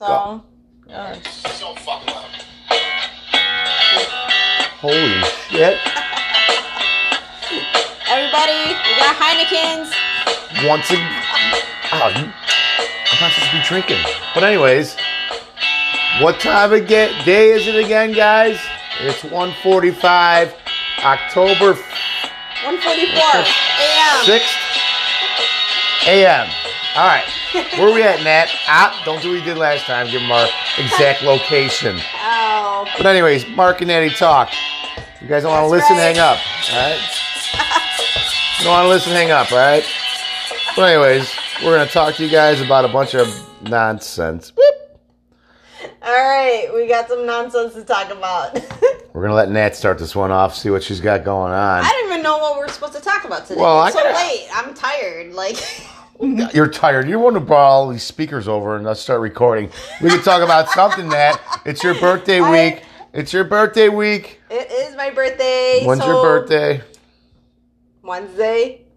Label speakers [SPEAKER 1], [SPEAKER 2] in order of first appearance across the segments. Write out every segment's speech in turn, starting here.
[SPEAKER 1] song. Alright.
[SPEAKER 2] Holy shit.
[SPEAKER 1] Everybody, we got Heinekens.
[SPEAKER 2] Once again. Oh, you, I'm not supposed to be drinking. But, anyways, what time of get, day is it again, guys? It's 1.45, October
[SPEAKER 1] 144 a.m.
[SPEAKER 2] 6th a.m. All right. Where we at, Nat? Ah, don't do what we did last time. Give them our exact location.
[SPEAKER 1] Oh.
[SPEAKER 2] But anyways, Mark and Eddie talk. You guys don't want to
[SPEAKER 1] That's
[SPEAKER 2] listen,
[SPEAKER 1] right.
[SPEAKER 2] hang up. All right. You don't want to listen, hang up. All right. But anyways, we're gonna talk to you guys about a bunch of nonsense. Whoop.
[SPEAKER 1] Alright, we got some nonsense to talk about.
[SPEAKER 2] We're gonna let Nat start this one off. See what she's got going on.
[SPEAKER 1] I don't even know what we're supposed to talk about today.
[SPEAKER 2] Well, I
[SPEAKER 1] it's so
[SPEAKER 2] gotta-
[SPEAKER 1] late. I'm tired. Like,
[SPEAKER 2] You're tired. You want to brought all these speakers over and let's start recording. We can talk about something, Nat. It's your birthday
[SPEAKER 1] I-
[SPEAKER 2] week. It's your birthday week.
[SPEAKER 1] it is my birthday.
[SPEAKER 2] When's
[SPEAKER 1] so-
[SPEAKER 2] your birthday?
[SPEAKER 1] Wednesday.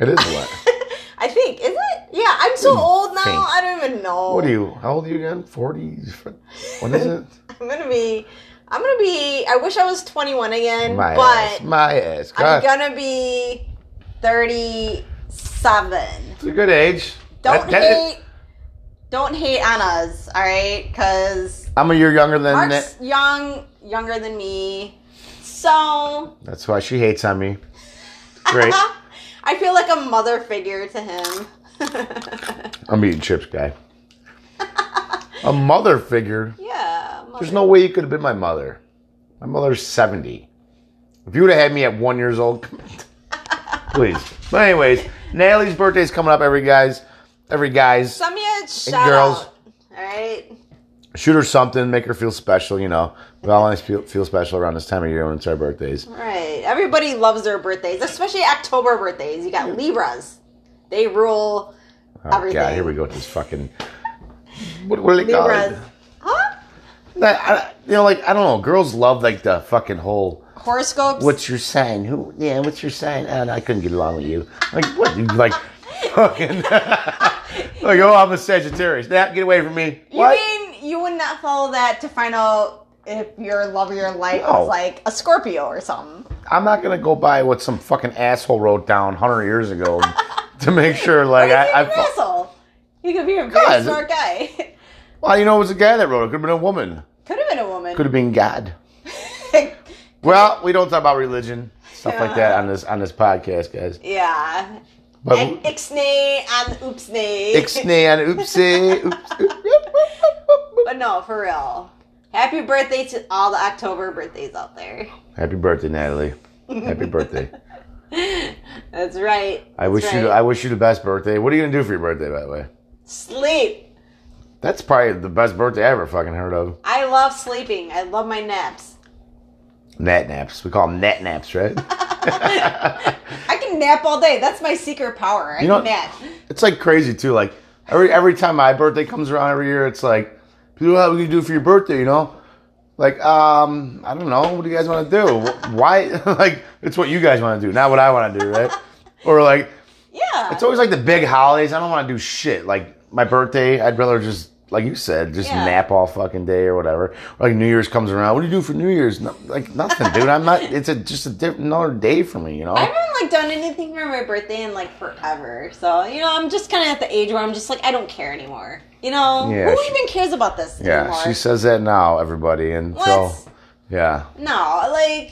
[SPEAKER 2] It is what?
[SPEAKER 1] I think. Is it? Yeah, I'm so old now.
[SPEAKER 2] think?
[SPEAKER 1] I don't even know.
[SPEAKER 2] Hmm. What are you? How old are you again? 40s? What is it?
[SPEAKER 1] I'm gonna be. I'm gonna be. I wish I was 21 again,
[SPEAKER 2] My
[SPEAKER 1] but
[SPEAKER 2] ass. My ass.
[SPEAKER 1] I'm
[SPEAKER 2] God.
[SPEAKER 1] gonna be 37.
[SPEAKER 2] It's a good age.
[SPEAKER 1] Don't
[SPEAKER 2] That- that is-
[SPEAKER 1] hate. Don't hate on us, all right? Because
[SPEAKER 2] I'm a year younger than
[SPEAKER 1] Mark's
[SPEAKER 2] Nat.
[SPEAKER 1] young, younger than me, so uh-huh.
[SPEAKER 2] That's why she hates on me. Great.
[SPEAKER 1] I feel like a mother figure to him.
[SPEAKER 2] I'm eating chips, guy. A mother figure.
[SPEAKER 1] yeah. mother-
[SPEAKER 2] There's no way you could have been my mother. My mother's 70. If you would have had me at one years old, please. But anyways, Natalie's birthday's coming up, every guys. Every guys.
[SPEAKER 1] Send me a shout
[SPEAKER 2] girls.
[SPEAKER 1] out. All right.
[SPEAKER 2] Shoot her something, make her feel special, you know. We all always feel, feel special around this time of year when it's our birthdays.
[SPEAKER 1] All right. Everybody loves their birthdays, especially October birthdays. You got Libras. They rule
[SPEAKER 2] Oh,
[SPEAKER 1] everything.
[SPEAKER 2] God, here we go with this fucking. What, what do they call it?
[SPEAKER 1] Libras. Huh?
[SPEAKER 2] That- I- you know, like, I don't know. Girls love, like, the fucking whole.
[SPEAKER 1] Horoscopes.
[SPEAKER 2] What's your sign? Who? Yeah, what's your sign? Oh, no, I couldn't get along with you. Like what? You like fucking? like oh, I'm a Sagittarius. Now get away from me.
[SPEAKER 1] you
[SPEAKER 2] What?
[SPEAKER 1] mean you would not follow that to find out if your love of your life
[SPEAKER 2] No.
[SPEAKER 1] was like a Scorpio or something?
[SPEAKER 2] I'm not gonna go by what some fucking asshole wrote down 100 years ago to make sure. Like
[SPEAKER 1] He's
[SPEAKER 2] I,
[SPEAKER 1] an
[SPEAKER 2] I
[SPEAKER 1] asshole. He could be a very
[SPEAKER 2] God.
[SPEAKER 1] smart guy.
[SPEAKER 2] well, you know, it was a guy that wrote it. Could have been a woman.
[SPEAKER 1] could have been a woman.
[SPEAKER 2] Could have been God. Well, we don't talk about religion stuff like that on this on this podcast, guys.
[SPEAKER 1] yeah.
[SPEAKER 2] But
[SPEAKER 1] And Ixnay and Oopsnay.
[SPEAKER 2] Ixnay and oopsie, oops, oop, oop, oop, oop, oop.
[SPEAKER 1] But no, for real. Happy birthday to all the October birthdays out there.
[SPEAKER 2] Happy birthday, Natalie. Happy birthday.
[SPEAKER 1] That's right.
[SPEAKER 2] I wish
[SPEAKER 1] That's
[SPEAKER 2] you
[SPEAKER 1] right.
[SPEAKER 2] I wish you the best birthday. What are you gonna do for your birthday, by the way?
[SPEAKER 1] Sleep.
[SPEAKER 2] That's probably the best birthday I ever fucking heard of.
[SPEAKER 1] I love sleeping. I love my naps.
[SPEAKER 2] Nat naps. We call them nat naps, right?
[SPEAKER 1] I can nap all day. That's my secret power. I
[SPEAKER 2] You know-
[SPEAKER 1] can nap.
[SPEAKER 2] it's like crazy too. Like every every time my birthday comes around every year, it's like, people, what are we gonna do for your birthday? You know, like um, I don't know. What do you guys want to do? Why? like it's what you guys want to do, not what I want to do, right? or like
[SPEAKER 1] Yeah.
[SPEAKER 2] it's always like the big holidays. I don't want to do shit. Like my birthday, I'd rather just like you said, just
[SPEAKER 1] Yeah.
[SPEAKER 2] nap all fucking day or whatever. Or like New Year's comes around, what do you do for New Year's? No, like nothing, dude. I'm not. It's a just a different another day for me, you know.
[SPEAKER 1] I haven't like done anything for my birthday in like forever. So, you know, I'm just kind of at the age where I'm just like, I don't care anymore. You know?
[SPEAKER 2] Yeah,
[SPEAKER 1] Who
[SPEAKER 2] she-
[SPEAKER 1] even cares about this
[SPEAKER 2] yeah,
[SPEAKER 1] anymore?
[SPEAKER 2] she says that now, everybody, and
[SPEAKER 1] What?
[SPEAKER 2] so yeah,
[SPEAKER 1] No, like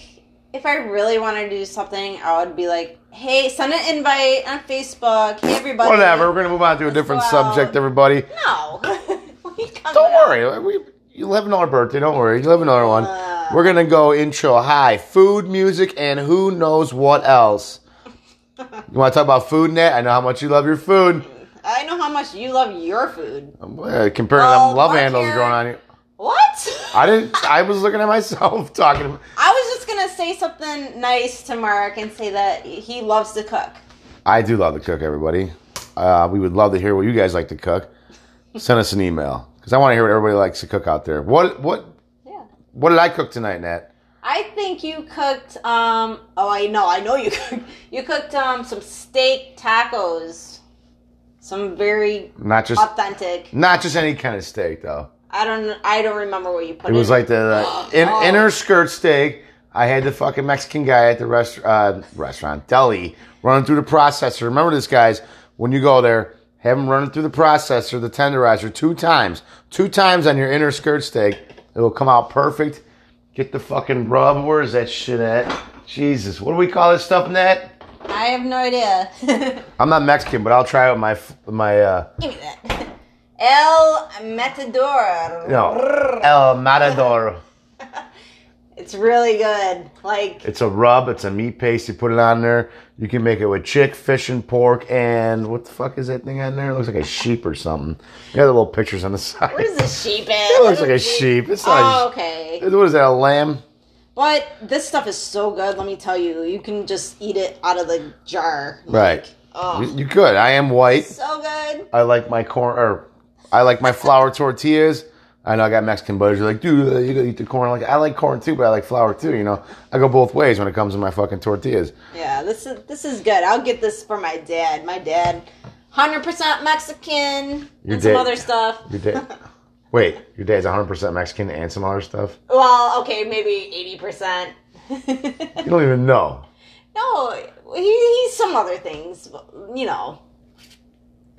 [SPEAKER 1] if I really want to do something, I would be like, "Hey, send an invite on Facebook. Hey, everybody."
[SPEAKER 2] whatever. We're gonna move on to a different
[SPEAKER 1] go out.
[SPEAKER 2] subject, everybody.
[SPEAKER 1] No. What are you talking
[SPEAKER 2] Don't
[SPEAKER 1] about?
[SPEAKER 2] worry, we. You'll have another birthday, don't worry. You'll have another one.
[SPEAKER 1] Uh.
[SPEAKER 2] We're gonna go intro high. Food, music, and who knows what else. You wanna talk about food, Nat? I know how much you love your food.
[SPEAKER 1] I know how much you love your food.
[SPEAKER 2] Uh, comparing
[SPEAKER 1] Well,
[SPEAKER 2] them love
[SPEAKER 1] Mark
[SPEAKER 2] handles
[SPEAKER 1] here-
[SPEAKER 2] going on here.
[SPEAKER 1] What?
[SPEAKER 2] I didn't. I was looking at myself talking. to
[SPEAKER 1] I was just gonna say something nice to Mark and say that he loves to cook.
[SPEAKER 2] I do love to cook, everybody. Uh, we would love to hear what you guys like to cook. Send us an email because I want to hear what everybody likes to cook out there. What what
[SPEAKER 1] Yeah.
[SPEAKER 2] what did I cook tonight, Nat?
[SPEAKER 1] I think you cooked. Um. Oh, I know. I know you cooked. You cooked um some steak tacos. Some very
[SPEAKER 2] Not
[SPEAKER 1] Uh,
[SPEAKER 2] just
[SPEAKER 1] authentic.
[SPEAKER 2] not just any kind of steak though.
[SPEAKER 1] I don't. I don't remember what you put.
[SPEAKER 2] It was like the the in,
[SPEAKER 1] Oh.
[SPEAKER 2] inner skirt steak. I had the fucking Mexican guy at the rest, uh, restaurant, deli, running through the processor. Remember this, guys. When you go there, have him running through the processor, the tenderizer, two times. Two times on your inner skirt steak. It will come out perfect. Get the fucking rub. Where is that shit at? Jesus. What do we call this stuff, Nat?
[SPEAKER 1] I have no idea.
[SPEAKER 2] I'm not Mexican, but I'll try it with my, f- my, uh,
[SPEAKER 1] Give me that. El Matador.
[SPEAKER 2] no, El Matador.
[SPEAKER 1] It's really good. Like
[SPEAKER 2] It's a rub. It's a meat paste. You put it on there. You can make it with chick, fish, and pork. And what the fuck is that thing on there? It looks like a sheep or something. You got the little pictures on the side.
[SPEAKER 1] where's the sheep at?
[SPEAKER 2] It looks like a sheep. It's not.
[SPEAKER 1] Oh,
[SPEAKER 2] a
[SPEAKER 1] okay.
[SPEAKER 2] sheep. What is that? A lamb?
[SPEAKER 1] But this stuff is so good, let me tell you. You can just eat it out of the jar.
[SPEAKER 2] Right.
[SPEAKER 1] Oh.
[SPEAKER 2] You, you could. I am white.
[SPEAKER 1] So good.
[SPEAKER 2] I like my corn. Or I like my flour tortillas. I know I got Mexican buddies. You're like, dude, uh, you gotta eat the corn. I'm like, I like corn too, but I like flour too. You know, I go both ways when it comes to my fucking tortillas.
[SPEAKER 1] Yeah, this is this is good. I'll get this for my dad. My dad 100% Mexican
[SPEAKER 2] Your
[SPEAKER 1] and some
[SPEAKER 2] dad-
[SPEAKER 1] other stuff.
[SPEAKER 2] Your dad. Wait, your dad's 100% Mexican and some other stuff.
[SPEAKER 1] Well, okay, maybe 80%.
[SPEAKER 2] You don't even know.
[SPEAKER 1] no, he, he's some other things, but, you know.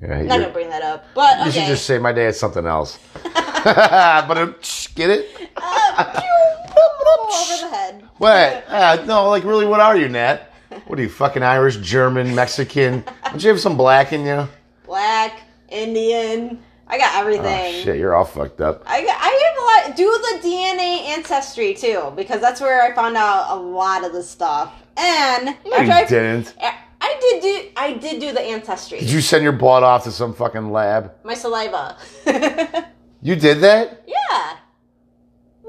[SPEAKER 2] Yeah,
[SPEAKER 1] I'm not
[SPEAKER 2] you-
[SPEAKER 1] going to bring that up. But Oh,
[SPEAKER 2] you
[SPEAKER 1] okay.
[SPEAKER 2] should just say my dad's something else. but um, tsh, get it?
[SPEAKER 1] Uh, pew, over the head.
[SPEAKER 2] What? Uh, no, like really, what are you, Nat? What are you, fucking Irish, German, Mexican? Don't you have some black in you?
[SPEAKER 1] Black, Indian. I got
[SPEAKER 2] Oh,
[SPEAKER 1] everything.
[SPEAKER 2] shit, you're all fucked up.
[SPEAKER 1] I, I have a lot. Do the DNA ancestry too, because that's where I found out a lot of the stuff. And
[SPEAKER 2] No,
[SPEAKER 1] after I,
[SPEAKER 2] you didn't.
[SPEAKER 1] I did do I did do the ancestry.
[SPEAKER 2] Did you send your blood off to some fucking lab?
[SPEAKER 1] My saliva. yeah,
[SPEAKER 2] You did that?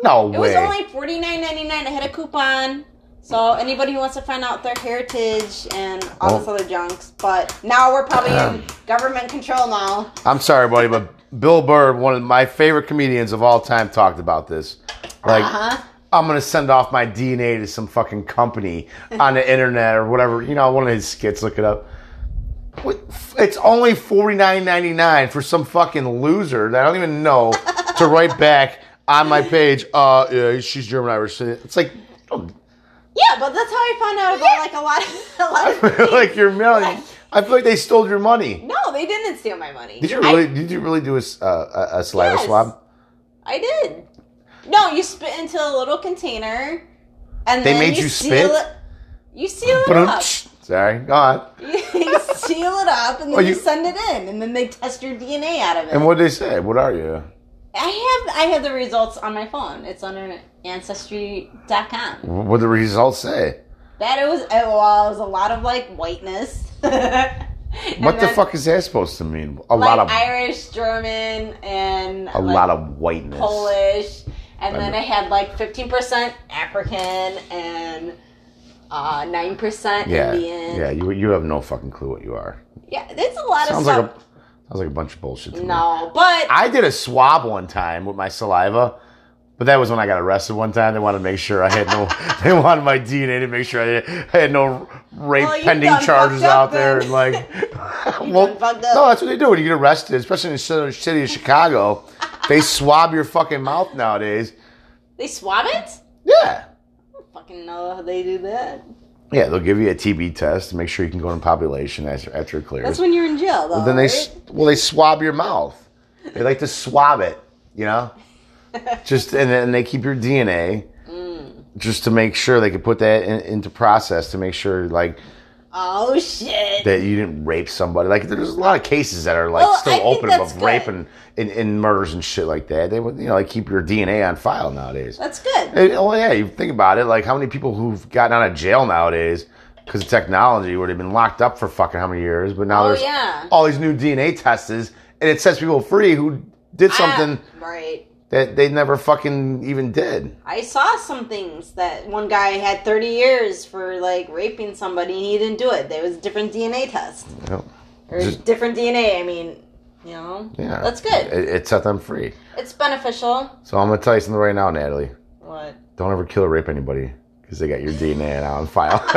[SPEAKER 2] No
[SPEAKER 1] it was
[SPEAKER 2] way.
[SPEAKER 1] only forty nine ninety nine. I had a coupon. So anybody who wants to find out their heritage and all this
[SPEAKER 2] Oh. Um.
[SPEAKER 1] other junks, but now we're probably in government control now.
[SPEAKER 2] I'm sorry, buddy, but Bill Burr, one of my favorite comedians of all time, talked about this. Like,
[SPEAKER 1] Uh-huh.
[SPEAKER 2] I'm gonna send off my DNA to some fucking company on the internet or whatever. You know, one of his skits. Look it up. What- It's only $49.99 for some fucking loser that I don't even know to write back on my page. Uh, yeah, she's German Irish. It's like, oh,
[SPEAKER 1] Yeah, but that's how I found out about like a lot of a lot of things.
[SPEAKER 2] like you're million. I feel like they stole your money.
[SPEAKER 1] No, they didn't steal my money.
[SPEAKER 2] Did
[SPEAKER 1] I-
[SPEAKER 2] you really? did you really do a, s- uh, a, a saliva
[SPEAKER 1] Yes.
[SPEAKER 2] swab?
[SPEAKER 1] I did. No, you spit into a little container, and
[SPEAKER 2] They
[SPEAKER 1] then
[SPEAKER 2] made
[SPEAKER 1] you,
[SPEAKER 2] you
[SPEAKER 1] seal
[SPEAKER 2] spit?
[SPEAKER 1] It, you seal it up.
[SPEAKER 2] Sorry, go on.
[SPEAKER 1] you seal it up, and then
[SPEAKER 2] Well,
[SPEAKER 1] you,
[SPEAKER 2] you-
[SPEAKER 1] send it in, and then they test your DNA out of it.
[SPEAKER 2] And what they say? What are you?
[SPEAKER 1] I have I have the results on my phone. It's under ancestry.com.
[SPEAKER 2] What do the results say?
[SPEAKER 1] That it was it was a lot of like whiteness.
[SPEAKER 2] What the fuck is that supposed to mean? A
[SPEAKER 1] Like
[SPEAKER 2] lot of
[SPEAKER 1] Irish, German, and
[SPEAKER 2] a lot of whiteness.
[SPEAKER 1] Polish, and then
[SPEAKER 2] Remember.
[SPEAKER 1] I had like 15% African and uh, 9%
[SPEAKER 2] yeah,
[SPEAKER 1] Indian.
[SPEAKER 2] yeah. You you have no fucking clue what you are.
[SPEAKER 1] yeah, that's a lot of
[SPEAKER 2] Sounds like
[SPEAKER 1] stuff.
[SPEAKER 2] a sounds like a bunch of bullshit. To me.
[SPEAKER 1] no, but
[SPEAKER 2] I did a swab one time with my saliva, but that was when I got arrested one time. They wanted to make sure I had no. they wanted my DNA to make sure I, I had no rape
[SPEAKER 1] Well, you
[SPEAKER 2] pending
[SPEAKER 1] done
[SPEAKER 2] charges
[SPEAKER 1] fucked up
[SPEAKER 2] out there
[SPEAKER 1] then.
[SPEAKER 2] and like. well,
[SPEAKER 1] done fucked up.
[SPEAKER 2] no, that's what they do when you get arrested, especially in the city city of Chicago. they swab your fucking mouth nowadays.
[SPEAKER 1] they swab it?
[SPEAKER 2] Yeah.
[SPEAKER 1] Fucking know how they do that.
[SPEAKER 2] Yeah, they'll give you a TB test to make sure you can go in population after, after it clears.
[SPEAKER 1] That's when you're in jail, though.
[SPEAKER 2] then they
[SPEAKER 1] right?
[SPEAKER 2] s- well they swab your mouth. They like to swab it, you know. just and then they keep your DNA
[SPEAKER 1] Mm.
[SPEAKER 2] just to make sure they can put that in, into process to make sure like
[SPEAKER 1] oh, shit.
[SPEAKER 2] that you didn't rape somebody. Like there's a lot of cases that are like
[SPEAKER 1] Well, I
[SPEAKER 2] still
[SPEAKER 1] think
[SPEAKER 2] open
[SPEAKER 1] that's
[SPEAKER 2] of
[SPEAKER 1] good.
[SPEAKER 2] rape and, and, and murders and shit like that. They would you know they keep your DNA on file nowadays.
[SPEAKER 1] That's good.
[SPEAKER 2] Hey, oh yeah, you think about it. Like how many people who've gotten out of jail nowadays because of technology, where they've been locked up for fucking how many years, but now
[SPEAKER 1] Oh,
[SPEAKER 2] there's
[SPEAKER 1] yeah.
[SPEAKER 2] all these new DNA tests, and it sets people free who did something
[SPEAKER 1] Ah, right.
[SPEAKER 2] that they never fucking even did.
[SPEAKER 1] I saw some things that one guy had 30 years for like raping somebody and he didn't do it. There was a different DNA test.
[SPEAKER 2] You know?
[SPEAKER 1] Or
[SPEAKER 2] Just-
[SPEAKER 1] different DNA, I mean, you know?
[SPEAKER 2] Yeah,
[SPEAKER 1] That's good.
[SPEAKER 2] It, it set them free.
[SPEAKER 1] It's beneficial.
[SPEAKER 2] So I'm gonna tell you something right now, Natalie.
[SPEAKER 1] What?
[SPEAKER 2] Don't ever kill or rape anybody. 'cause because they got your DNA on file.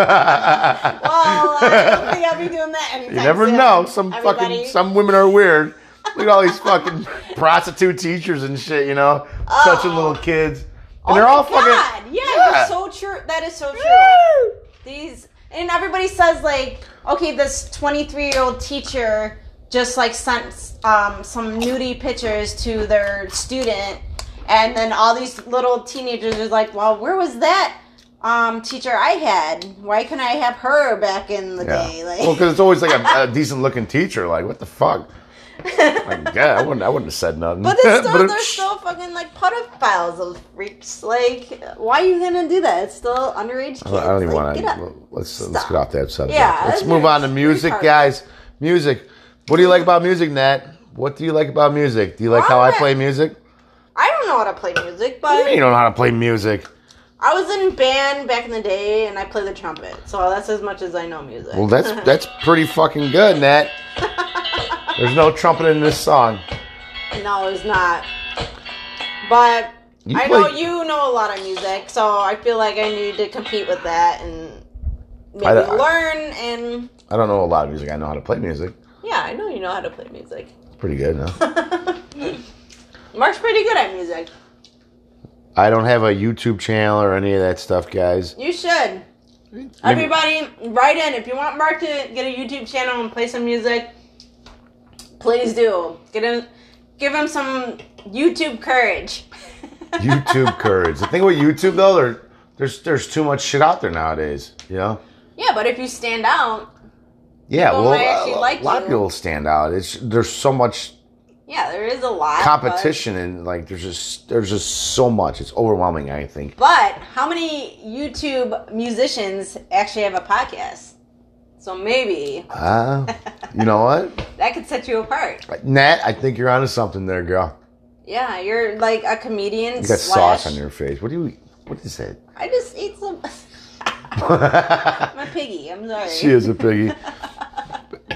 [SPEAKER 1] Well, I don't think I'll be doing that anytime
[SPEAKER 2] you never
[SPEAKER 1] soon.
[SPEAKER 2] know. Some
[SPEAKER 1] Everybody-
[SPEAKER 2] fucking some women are weird. Look at all these fucking prostitute teachers and shit. You know, touching little kids, and
[SPEAKER 1] Oh
[SPEAKER 2] they're
[SPEAKER 1] my
[SPEAKER 2] all
[SPEAKER 1] God.
[SPEAKER 2] fucking
[SPEAKER 1] Yeah,
[SPEAKER 2] Yeah.
[SPEAKER 1] you're so true. That is so true.
[SPEAKER 2] Woo!
[SPEAKER 1] These and everybody says like, okay, this 23 year old teacher just like sent um, some nudie pictures to their student, and then all these little teenagers are like, well, where was that um, teacher I had? Why couldn't I have her back in the day?
[SPEAKER 2] Yeah.
[SPEAKER 1] Like,
[SPEAKER 2] Well, because it's always like a, a decent looking teacher. Like, what the fuck? Like, yeah, I wouldn't. I wouldn't have said nothing.
[SPEAKER 1] But they're still,
[SPEAKER 2] it-
[SPEAKER 1] they're still fucking like pedophiles of freaks. Like, why are you gonna do that? It's still underage kids.
[SPEAKER 2] I don't- I don't even
[SPEAKER 1] like, get up.
[SPEAKER 2] want to. Let's let's
[SPEAKER 1] Stop.
[SPEAKER 2] get off that subject.
[SPEAKER 1] Yeah,
[SPEAKER 2] let's
[SPEAKER 1] that's
[SPEAKER 2] move on to
[SPEAKER 1] pretty
[SPEAKER 2] music,
[SPEAKER 1] hard.
[SPEAKER 2] guys. Music. What do you like about music, Nat? What do you like about music? Do you like how I
[SPEAKER 1] Alright.
[SPEAKER 2] play music?
[SPEAKER 1] I don't know how to play music,
[SPEAKER 2] You don't
[SPEAKER 1] but
[SPEAKER 2] know how to play music.
[SPEAKER 1] I was in band back in the day, and I play the trumpet. So that's as much as I know music.
[SPEAKER 2] Well, that's that's pretty fucking good, Nat. There's no trumpet in this song.
[SPEAKER 1] no, it's not. But
[SPEAKER 2] You
[SPEAKER 1] I know
[SPEAKER 2] play-
[SPEAKER 1] you know a lot of music, so I feel like I need to compete with that and maybe
[SPEAKER 2] I- I-
[SPEAKER 1] learn. And
[SPEAKER 2] I don't know a lot of music. I know how to play music.
[SPEAKER 1] yeah, I know you know how to play music.
[SPEAKER 2] It's pretty good. No?
[SPEAKER 1] Mark's pretty good at music.
[SPEAKER 2] I don't have a YouTube channel or any of that stuff, guys.
[SPEAKER 1] You should. Everybody, write in if you want Mark to get a YouTube channel and play some music. Please do. Get him, give him some YouTube courage.
[SPEAKER 2] YouTube courage. The thing with YouTube though, there, there's there's too much shit out there nowadays. You know.
[SPEAKER 1] yeah, but if you stand out,
[SPEAKER 2] Yeah,
[SPEAKER 1] People
[SPEAKER 2] well,
[SPEAKER 1] might actually
[SPEAKER 2] a,
[SPEAKER 1] like
[SPEAKER 2] lot of
[SPEAKER 1] you.
[SPEAKER 2] people stand out. It's there's so much
[SPEAKER 1] yeah, there is a lot but-
[SPEAKER 2] competition and like there's just there's just so much. It's overwhelming. I think
[SPEAKER 1] But, how many YouTube musicians actually have a podcast? So maybe
[SPEAKER 2] Uh, you know what,
[SPEAKER 1] that could set you apart.
[SPEAKER 2] Nat? I think you're onto something there, girl.
[SPEAKER 1] Yeah, you're like a comedian.
[SPEAKER 2] You got
[SPEAKER 1] slash,
[SPEAKER 2] sauce on your face. What do you? What is it?
[SPEAKER 1] I just ate some. My piggy. I'm sorry.
[SPEAKER 2] she is a piggy.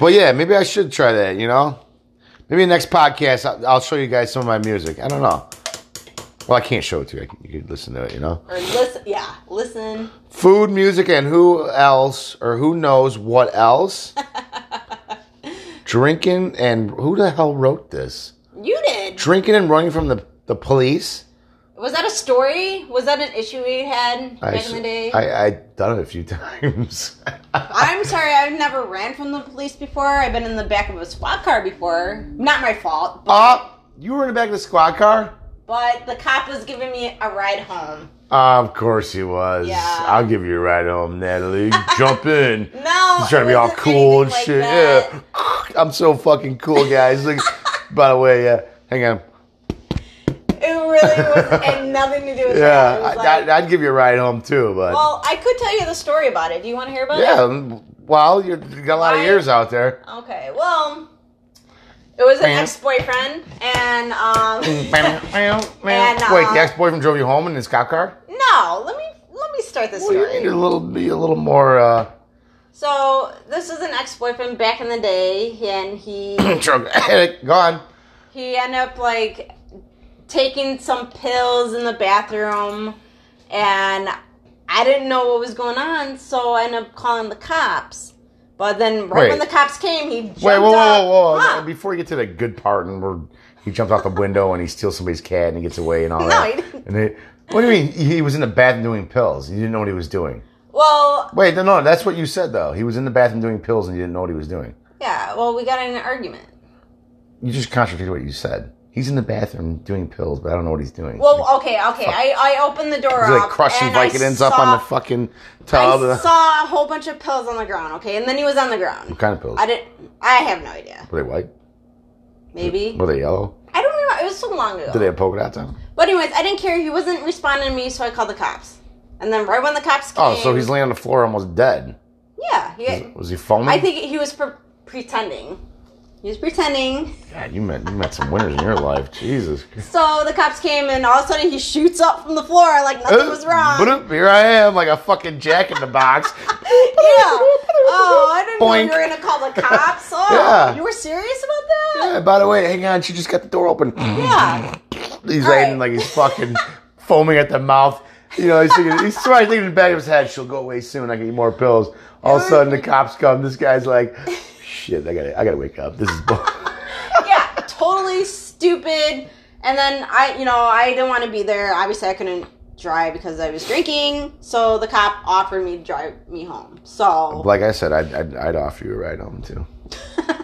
[SPEAKER 2] But yeah, maybe I should try that. You know, maybe next podcast I'll, I'll show you guys some of my music. I don't know. Well, I can't show it to you. I can, you can listen to it. You know.
[SPEAKER 1] Or listen, yeah, listen.
[SPEAKER 2] food, music, and who else or who knows what else? Drinking and who the hell wrote this?
[SPEAKER 1] You did.
[SPEAKER 2] Drinking and running from the, the police.
[SPEAKER 1] Was that a story? Was that an issue we had back in the day? I,
[SPEAKER 2] I, I done it a few times.
[SPEAKER 1] am sorry, I've never ran from the police before. I've been in the back of a squad car before. Not my fault, but,
[SPEAKER 2] oh, you were in the back of the squad car.
[SPEAKER 1] but the cop was giving me a ride home.
[SPEAKER 2] of course he was.
[SPEAKER 1] Yeah.
[SPEAKER 2] I'll give you a ride home, Natalie. Jump in.
[SPEAKER 1] No,
[SPEAKER 2] He's trying to
[SPEAKER 1] it
[SPEAKER 2] be all
[SPEAKER 1] wasn't
[SPEAKER 2] cool and
[SPEAKER 1] anything like
[SPEAKER 2] shit.
[SPEAKER 1] that.
[SPEAKER 2] Yeah. I'm so fucking cool, guys. Like, by the way, yeah. Hang on.
[SPEAKER 1] It really was had nothing to do with that.
[SPEAKER 2] Yeah,
[SPEAKER 1] It
[SPEAKER 2] I,
[SPEAKER 1] was like-
[SPEAKER 2] I, would give you a ride home too, but
[SPEAKER 1] well, I could tell you the story about it. Do you want to hear about it?
[SPEAKER 2] yeah. um, Well, you're, you got a lot of
[SPEAKER 1] I-
[SPEAKER 2] years out there.
[SPEAKER 1] Okay. Well, it was an
[SPEAKER 2] Yeah.
[SPEAKER 1] ex-boyfriend, and um.
[SPEAKER 2] Wait,
[SPEAKER 1] uh,
[SPEAKER 2] the ex-boyfriend drove you home in his cop car.
[SPEAKER 1] No, let me let me start this
[SPEAKER 2] Well, you
[SPEAKER 1] story.
[SPEAKER 2] need a little, be a little more uh,
[SPEAKER 1] So this is an ex-boyfriend back in the day, and he
[SPEAKER 2] drug addict. Gone.
[SPEAKER 1] he ended up like taking some pills in the bathroom, and I didn't know what was going on, so I ended up calling the cops. But then right when
[SPEAKER 2] Wait.
[SPEAKER 1] the cops came, he jumped
[SPEAKER 2] Wait, whoa, whoa,
[SPEAKER 1] up.
[SPEAKER 2] whoa, whoa!
[SPEAKER 1] Huh.
[SPEAKER 2] Before you get to the good part, and where he jumps out the window and he steals somebody's cat and he gets away and all that.
[SPEAKER 1] he didn't.
[SPEAKER 2] And they, what do you mean? He was in the bathroom doing pills. You didn't know what he was doing.
[SPEAKER 1] Well,
[SPEAKER 2] Wait, no, no, that's what you said though. He was in the bathroom doing pills and you didn't know what he was doing.
[SPEAKER 1] yeah. Well, we got in an argument.
[SPEAKER 2] You just contradicted what you said. He's in the bathroom doing pills, but I don't know what he's doing.
[SPEAKER 1] Well, okay, okay. I, I opened the door
[SPEAKER 2] he's like
[SPEAKER 1] up
[SPEAKER 2] crushing
[SPEAKER 1] and I
[SPEAKER 2] Vicodins up on the
[SPEAKER 1] saw-
[SPEAKER 2] fucking
[SPEAKER 1] I
[SPEAKER 2] tub.
[SPEAKER 1] saw a whole bunch of pills on the ground, okay, and then he was on the ground.
[SPEAKER 2] what kind of pills?
[SPEAKER 1] I didn't. I have no idea.
[SPEAKER 2] Were they white?
[SPEAKER 1] Maybe
[SPEAKER 2] Were they yellow?
[SPEAKER 1] I don't remember. It was so long ago.
[SPEAKER 2] Did they have polka dots on? them?
[SPEAKER 1] But anyways, I didn't care. He wasn't responding to me, so I called the cops. And then right when the cops came,
[SPEAKER 2] Oh, so he's laying on the floor almost dead.
[SPEAKER 1] yeah. He,
[SPEAKER 2] Was he foaming?
[SPEAKER 1] I think he was pre- pretending. He was pretending.
[SPEAKER 2] God, you met you met some winners in your life. Jesus.
[SPEAKER 1] So the cops came, and all of a sudden he shoots up from the floor like nothing was wrong. yeah.
[SPEAKER 2] Bloop, here I am, like a fucking jack in the box.
[SPEAKER 1] Oh, I didn't
[SPEAKER 2] Boink.
[SPEAKER 1] know you were gonna call the cops. Oh,
[SPEAKER 2] Yeah.
[SPEAKER 1] you were serious about that?
[SPEAKER 2] Yeah, by the way, hang on, she just got the door open.
[SPEAKER 1] Yeah.
[SPEAKER 2] He's
[SPEAKER 1] All right.
[SPEAKER 2] laying like he's fucking foaming at the mouth. You know, he's thinking, he's probably thinking in the back of his head, she'll go away soon. I can eat more pills. All of a sudden, the cops come. This guy's like, shit, I gotta, I gotta wake up. This is bull.
[SPEAKER 1] yeah, totally stupid. And then I, you know, I didn't want to be there. Obviously, I couldn't drive because I was drinking. So the cop offered me to drive me home. So,
[SPEAKER 2] like I said, I'd, I'd, I'd offer you a ride home too.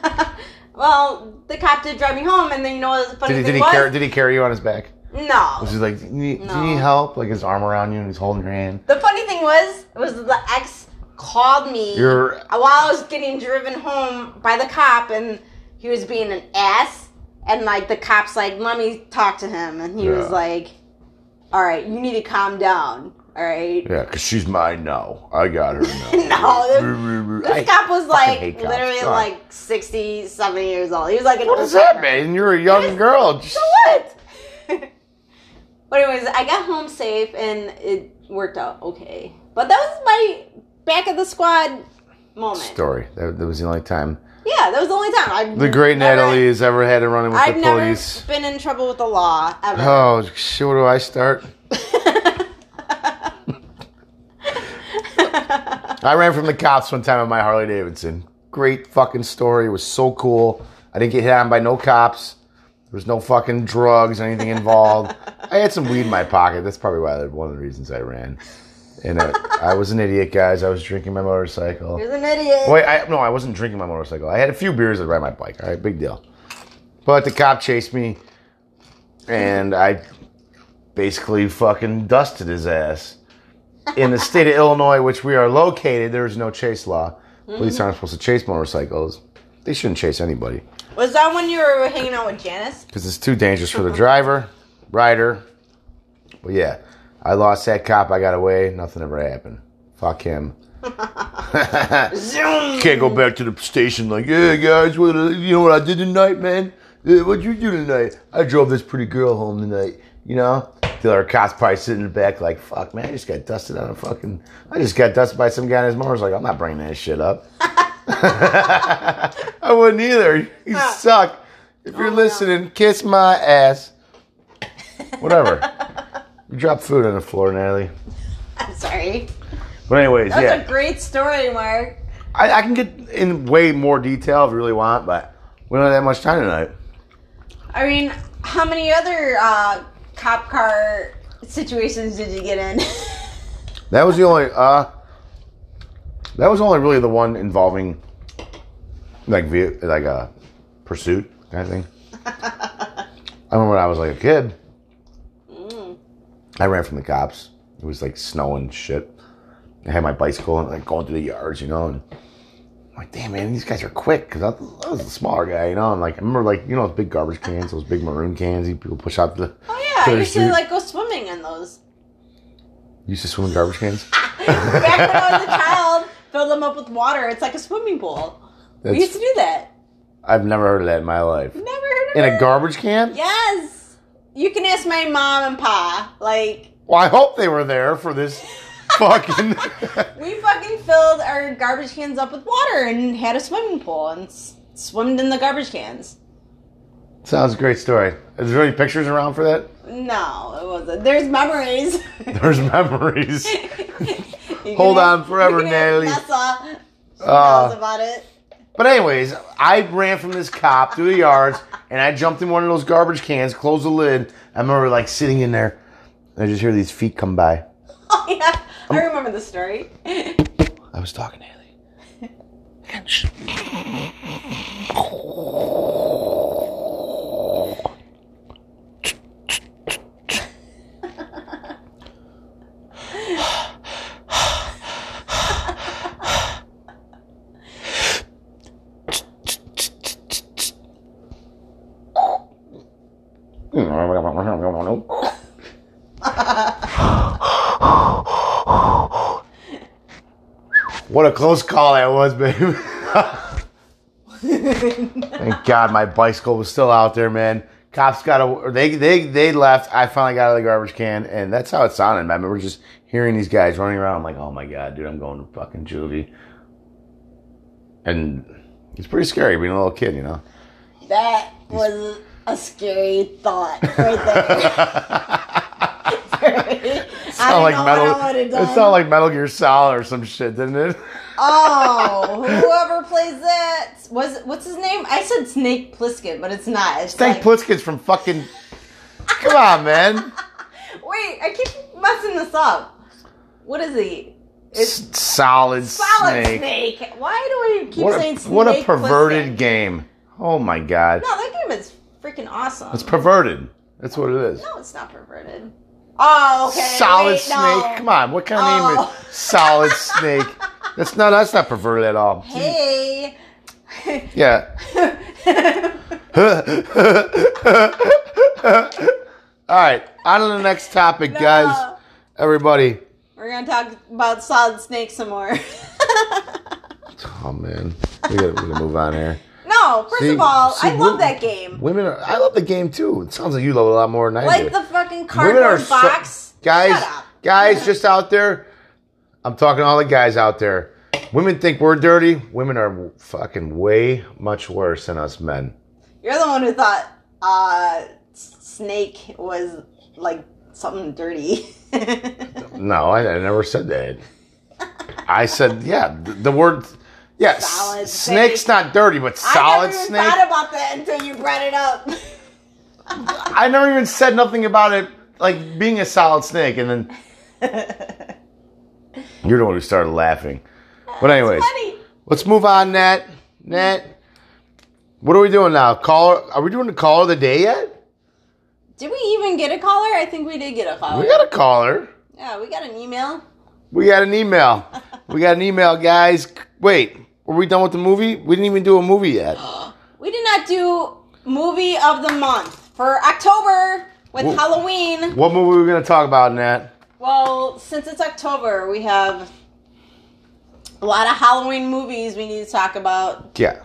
[SPEAKER 1] well, the cop did drive me home, and then you know what the funny
[SPEAKER 2] Did he,
[SPEAKER 1] thing
[SPEAKER 2] did he
[SPEAKER 1] was?
[SPEAKER 2] carry, did he carry you on his back?
[SPEAKER 1] no.
[SPEAKER 2] She's like, do you, need, do you
[SPEAKER 1] No.
[SPEAKER 2] need help? Like his arm around you and he's holding your hand.
[SPEAKER 1] The funny thing was, was the ex called me
[SPEAKER 2] You're-
[SPEAKER 1] while I was getting driven home by the cop, and he was being an ass. And like the cops, like, let me talk to him, and he was
[SPEAKER 2] Yeah.
[SPEAKER 1] like, "All right, you need to calm down. All right."
[SPEAKER 2] Yeah, because she's mine now. I got her now.
[SPEAKER 1] No, Oh, This
[SPEAKER 2] I-
[SPEAKER 1] cop was
[SPEAKER 2] fucking
[SPEAKER 1] like
[SPEAKER 2] hate cops.
[SPEAKER 1] literally
[SPEAKER 2] God.
[SPEAKER 1] like 60, 70 years old. He was like an
[SPEAKER 2] What
[SPEAKER 1] old
[SPEAKER 2] does that
[SPEAKER 1] cop.
[SPEAKER 2] mean? You're a young girl.
[SPEAKER 1] So what? but anyways, I got home safe and it worked out okay. But that was my back of the squad moment.
[SPEAKER 2] Story. That, that was the only time
[SPEAKER 1] Yeah, that was the only time. I've
[SPEAKER 2] the great
[SPEAKER 1] never-
[SPEAKER 2] Natalie has ever had a run in with
[SPEAKER 1] I've
[SPEAKER 2] the
[SPEAKER 1] never
[SPEAKER 2] police.
[SPEAKER 1] been in trouble with the law ever.
[SPEAKER 2] Oh, shit, where do I start? I ran from the cops one time on my Harley Davidson. Great fucking story. It was so cool. I didn't get hit on by no cops. There was no fucking drugs or anything involved. I had some weed in my pocket. That's probably why one of the reasons I ran. And uh, I was an idiot, guys. I was drinking my motorcycle.
[SPEAKER 1] You're an idiot.
[SPEAKER 2] Wait, I, no, I wasn't drinking my motorcycle. I had a few beers to ride my bike. All right, big deal. But the cop chased me, and I basically fucking dusted his ass. In the state of Illinois, which we are located, there is no chase law. Police aren't supposed to chase motorcycles. They shouldn't chase anybody
[SPEAKER 1] Was that when you were hanging out with Janice?
[SPEAKER 2] because it's too dangerous for the driver, rider. But yeah, I lost that cop. I got away. Nothing ever happened. Fuck him.
[SPEAKER 1] Zoom.
[SPEAKER 2] can't go back to the station like, yeah, guys, what, uh, you know what I did tonight, man? Yeah, what'd you do tonight? I drove this pretty girl home tonight, you know? The other cop's probably sitting in the back like, fuck, man, I just got dusted on a fucking, I just got dusted by some guy in his motorcycle. Like, I'm not bringing that shit up. I wouldn't either. You suck. If you're listening, kiss my ass. Whatever. you drop food on the floor, Natalie.
[SPEAKER 1] I'm sorry.
[SPEAKER 2] But anyways,
[SPEAKER 1] That's
[SPEAKER 2] yeah.
[SPEAKER 1] a great story, Mark.
[SPEAKER 2] I, I can get in way more detail if you really want, but we don't have that much time tonight.
[SPEAKER 1] I mean, how many other uh, cop car situations did you get in?
[SPEAKER 2] That was the only. uh That was only really the one involving like ve- like a pursuit kind of thing. I remember when I was like a kid.
[SPEAKER 1] Mm.
[SPEAKER 2] I ran from the cops. It was like snow and shit. I had my bicycle and like going through the yards, you know, and I'm like, damn man, these guys are quick because I, I was a smaller guy, you know, and like I remember like you know those big garbage cans, those big maroon cans, you people push out the.
[SPEAKER 1] oh yeah, I
[SPEAKER 2] Sorry,
[SPEAKER 1] used to
[SPEAKER 2] dude.
[SPEAKER 1] like go swimming in those.
[SPEAKER 2] You used to swim in garbage cans.
[SPEAKER 1] Back when I was a child, fill them up with water. It's like a swimming pool. we used
[SPEAKER 2] That's,
[SPEAKER 1] to do that.
[SPEAKER 2] I've never heard of that in my life.
[SPEAKER 1] Never heard of
[SPEAKER 2] In
[SPEAKER 1] it.
[SPEAKER 2] a garbage can?
[SPEAKER 1] yes, you can ask my mom and pa. Like
[SPEAKER 2] Well, I hope they were there for this fucking.
[SPEAKER 1] we fucking filled our garbage cans up with water and had a swimming pool and s- swimmed in the garbage cans.
[SPEAKER 2] Sounds a great story. Is there any pictures around for that?
[SPEAKER 1] No, it wasn't. There's memories.
[SPEAKER 2] There's memories.
[SPEAKER 1] You
[SPEAKER 2] Hold
[SPEAKER 1] can
[SPEAKER 2] on
[SPEAKER 1] ask-
[SPEAKER 2] forever,
[SPEAKER 1] you can ask
[SPEAKER 2] Natalie.
[SPEAKER 1] Nessa. She
[SPEAKER 2] Uh,
[SPEAKER 1] knows about it.
[SPEAKER 2] But anyways, I ran from this cop through the yards, and I jumped in one of those garbage cans, closed the lid. I remember like sitting in there, and I just hear these feet come by.
[SPEAKER 1] Oh yeah, I remember the story.
[SPEAKER 2] I was talking to Haley. What a close call that was, babe. Thank God my bicycle was still out there, man. Cops got a, or they they they left. I finally got out of the garbage can, and that's how it sounded. I remember just hearing these guys running around. I'm like, oh my God, dude, I'm going to fucking juvie. And it's pretty scary being a little kid, you know.
[SPEAKER 1] That was a scary thought right there. I
[SPEAKER 2] sounded like
[SPEAKER 1] don't know what I
[SPEAKER 2] metal.
[SPEAKER 1] would've done.
[SPEAKER 2] It sounded like Metal Gear Solid or some shit, didn't it?
[SPEAKER 1] Oh, whoever plays that was what's his name? I said Snake Plissken, but it's not. It's
[SPEAKER 2] Thank
[SPEAKER 1] like,
[SPEAKER 2] Plissken's from fucking. Come on, man.
[SPEAKER 1] Wait, I keep messing this up. What is he? It's
[SPEAKER 2] S- solid,
[SPEAKER 1] Solid
[SPEAKER 2] snake.
[SPEAKER 1] Snake. Why do I keep
[SPEAKER 2] What
[SPEAKER 1] saying
[SPEAKER 2] a,
[SPEAKER 1] Snake?
[SPEAKER 2] what a perverted
[SPEAKER 1] Plissken?
[SPEAKER 2] game. Oh my god.
[SPEAKER 1] No, that game is freaking awesome.
[SPEAKER 2] It's perverted. That's what it is.
[SPEAKER 1] no, it's not perverted. Oh, okay.
[SPEAKER 2] solid
[SPEAKER 1] wait,
[SPEAKER 2] snake.
[SPEAKER 1] no.
[SPEAKER 2] Come on, what kind of name
[SPEAKER 1] Oh.
[SPEAKER 2] is solid snake? That's not that's not perverted at all.
[SPEAKER 1] Hey.
[SPEAKER 2] Yeah.
[SPEAKER 1] no,
[SPEAKER 2] all right, on to the next topic, guys. Everybody.
[SPEAKER 1] we're gonna talk about Solid Snake some more.
[SPEAKER 2] Oh man, we gotta, we gotta move on here.
[SPEAKER 1] no, first
[SPEAKER 2] See-
[SPEAKER 1] of all,
[SPEAKER 2] see,
[SPEAKER 1] I love
[SPEAKER 2] wo-
[SPEAKER 1] that game.
[SPEAKER 2] Women, are, I love the game too. It sounds like you love it a lot more than I do.
[SPEAKER 1] Like the fucking
[SPEAKER 2] Women are
[SPEAKER 1] cardboard
[SPEAKER 2] so-
[SPEAKER 1] box.
[SPEAKER 2] guys,
[SPEAKER 1] Shut up.
[SPEAKER 2] guys, just out there. I'm talking to all the guys out there. Women think we're dirty. Women are fucking way much worse than us men.
[SPEAKER 1] You're the one who thought uh, s- snake was like something dirty.
[SPEAKER 2] No, I, I never said that. I said, yeah, the, the word, yeah, s-
[SPEAKER 1] Solid
[SPEAKER 2] snake's
[SPEAKER 1] snake.
[SPEAKER 2] not dirty, but
[SPEAKER 1] I never
[SPEAKER 2] solid
[SPEAKER 1] even
[SPEAKER 2] snake.
[SPEAKER 1] thought about that until you brought it up.
[SPEAKER 2] I never even said nothing about it, like being a solid snake, and then you're the one who started laughing. But anyways,
[SPEAKER 1] Funny.
[SPEAKER 2] Let's move on, Nat. Nat, what are we doing now? Call? Are we doing the call of the day yet?
[SPEAKER 1] Did we even get a caller? I think we did get a caller.
[SPEAKER 2] We got a caller.
[SPEAKER 1] yeah, we got an email.
[SPEAKER 2] We got an email. We got an email, guys. Wait, were we done with the movie? We didn't even do a movie yet.
[SPEAKER 1] We did not do movie of the month for October with
[SPEAKER 2] Whoa.
[SPEAKER 1] Halloween.
[SPEAKER 2] What movie were we gonna talk about, Nat?
[SPEAKER 1] Well, since it's October, we have a lot of Halloween movies we need to talk about.
[SPEAKER 2] Yeah.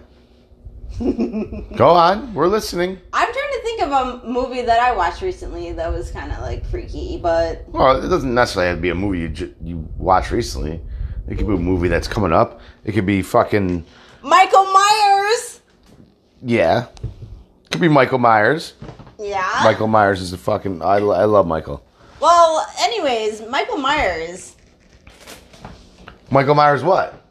[SPEAKER 2] Go on. We're listening.
[SPEAKER 1] I'm trying to think of a movie that I watched recently that was kind of like freaky, but
[SPEAKER 2] Well, it doesn't necessarily have to be a movie you ju- you watched recently. It could be a movie that's coming up. It could be fucking
[SPEAKER 1] Michael Myers.
[SPEAKER 2] yeah. It could be Michael Myers.
[SPEAKER 1] Yeah.
[SPEAKER 2] Michael Myers is a fucking. I, lo- I love Michael.
[SPEAKER 1] Well, anyways, Michael Myers.
[SPEAKER 2] Michael Myers, what?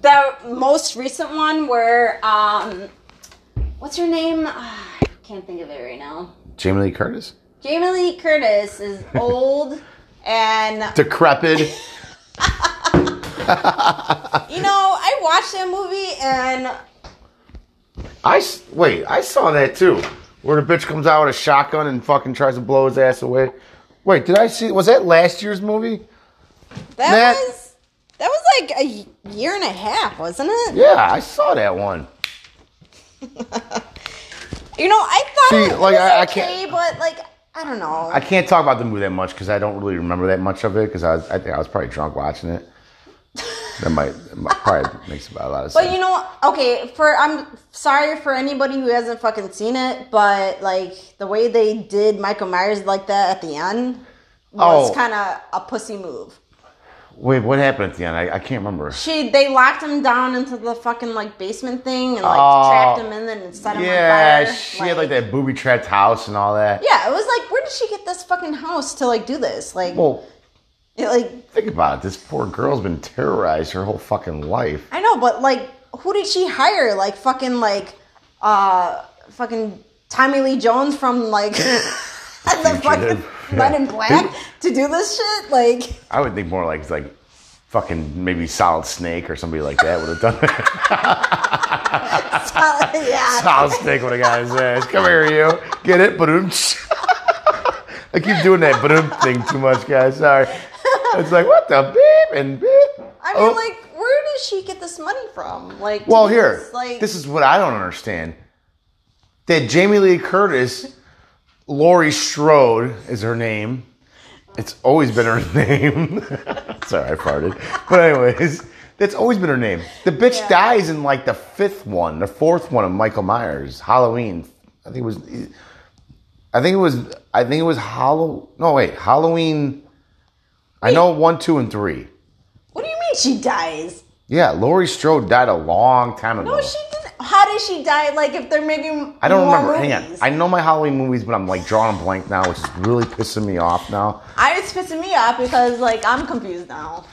[SPEAKER 1] The most recent one where um, what's her name? Ah, I can't think of it right now.
[SPEAKER 2] Jamie Lee Curtis?
[SPEAKER 1] Jamie Lee Curtis is old, and
[SPEAKER 2] Decrepit.
[SPEAKER 1] you know I watched that movie and
[SPEAKER 2] I s- wait. I saw that too. Where the bitch comes out with a shotgun and fucking tries to blow his ass away. Wait, did I see? Was that last year's movie?
[SPEAKER 1] that
[SPEAKER 2] That-
[SPEAKER 1] was that was like a year and a half, wasn't it?
[SPEAKER 2] Yeah, I saw that one.
[SPEAKER 1] You know, I thought
[SPEAKER 2] See,
[SPEAKER 1] it
[SPEAKER 2] like,
[SPEAKER 1] was
[SPEAKER 2] I- I
[SPEAKER 1] okay,
[SPEAKER 2] can't-
[SPEAKER 1] but like I don't know.
[SPEAKER 2] I can't talk about the movie that much because I don't really remember that much of it because I, was- I think I was probably drunk watching it. That might, that might probably makes a lot of sense.
[SPEAKER 1] But you know, what? okay, for I'm sorry for anybody who hasn't fucking seen it, but like the way they did Michael Myers like that at the end was
[SPEAKER 2] Oh.
[SPEAKER 1] kind of a pussy move.
[SPEAKER 2] Wait, what happened at the end? I, I can't remember.
[SPEAKER 1] She they locked him down into the fucking like basement thing and like
[SPEAKER 2] Oh.
[SPEAKER 1] trapped him in and set him on
[SPEAKER 2] Yeah,
[SPEAKER 1] fire.
[SPEAKER 2] she had like that booby trapped house and all that.
[SPEAKER 1] Yeah, it was like where did she get this fucking house to like do this? Like,
[SPEAKER 2] Well,
[SPEAKER 1] it, like
[SPEAKER 2] think about it. This poor girl's been terrorized her whole fucking life.
[SPEAKER 1] I know, but like who did she hire? Like fucking like uh fucking Tommy Lee Jones from like the fucking
[SPEAKER 2] Fugitive.
[SPEAKER 1] Men in Black to do this shit? Like
[SPEAKER 2] I would think more like like fucking maybe Solid Snake or somebody like that would have done it.
[SPEAKER 1] uh, yeah.
[SPEAKER 2] Solid Snake would have got his ass. Come here, you. Get it? Boom. I keep doing that boom thing too much, guys. Sorry. It's like what the beep and beep.
[SPEAKER 1] I mean
[SPEAKER 2] Oh.
[SPEAKER 1] like where did she get this money from? Like to
[SPEAKER 2] Well,
[SPEAKER 1] do
[SPEAKER 2] here,
[SPEAKER 1] this, like
[SPEAKER 2] this is what I don't understand. That Jamie Lee Curtis, Laurie Strode is her name. It's always been her name. Sorry, I farted. But anyways, that's always been her name. The bitch
[SPEAKER 1] Yeah.
[SPEAKER 2] dies in like the fifth one, the fourth one of Michael Myers, Halloween. I think it was. I think it was. I think it was Halloween. No, wait, Halloween. I know one, two, and three.
[SPEAKER 1] what do you mean she dies?
[SPEAKER 2] Yeah, Laurie Strode died a long time ago.
[SPEAKER 1] No, she didn't How did she die? Like, if they're making
[SPEAKER 2] I don't
[SPEAKER 1] more
[SPEAKER 2] remember. Hang on.
[SPEAKER 1] movies.
[SPEAKER 2] I know my Halloween movies, but I'm like drawing a blank now, which is really pissing me off now.
[SPEAKER 1] I, it's pissing me off because like I'm confused now.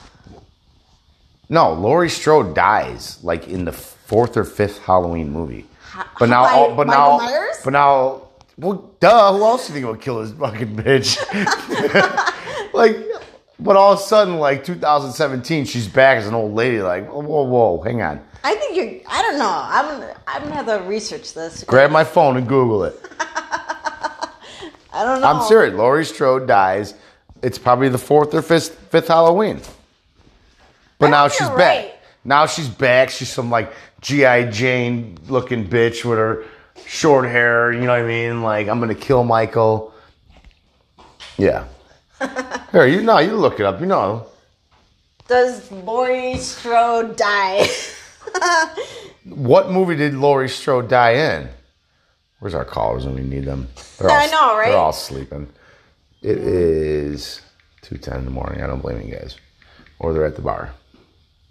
[SPEAKER 2] No, Laurie Strode dies like in the fourth or fifth Halloween movie.
[SPEAKER 1] Ha-
[SPEAKER 2] But now,
[SPEAKER 1] by
[SPEAKER 2] all, but
[SPEAKER 1] Michael
[SPEAKER 2] now,
[SPEAKER 1] Myers?
[SPEAKER 2] but now, well, duh. Who else do you think would kill this fucking bitch? like, but all of a sudden, like 2017, she's back as an old lady. Like, whoa, whoa, whoa hang on.
[SPEAKER 1] I think you're. I don't know. I'm. gonna- I'm gonna have to research this.
[SPEAKER 2] Grab my phone and Google it.
[SPEAKER 1] I don't know.
[SPEAKER 2] I'm serious. Laurie Strode dies. It's probably the fourth or fifth fifth Halloween. But
[SPEAKER 1] I
[SPEAKER 2] now
[SPEAKER 1] think
[SPEAKER 2] she's
[SPEAKER 1] you're
[SPEAKER 2] back.
[SPEAKER 1] right.
[SPEAKER 2] Now she's back. She's some like GI Jane looking bitch with her short hair. You know what I mean? Like I'm gonna kill Michael. Yeah. Here, you know, you look it up. You know,
[SPEAKER 1] Does Laurie Strode die?
[SPEAKER 2] what movie did Laurie Strode die in? Where's our callers when we need them? They're all,
[SPEAKER 1] I know, right?
[SPEAKER 2] They're all sleeping. It is two ten in the morning. I don't blame you guys. Or they're at the bar.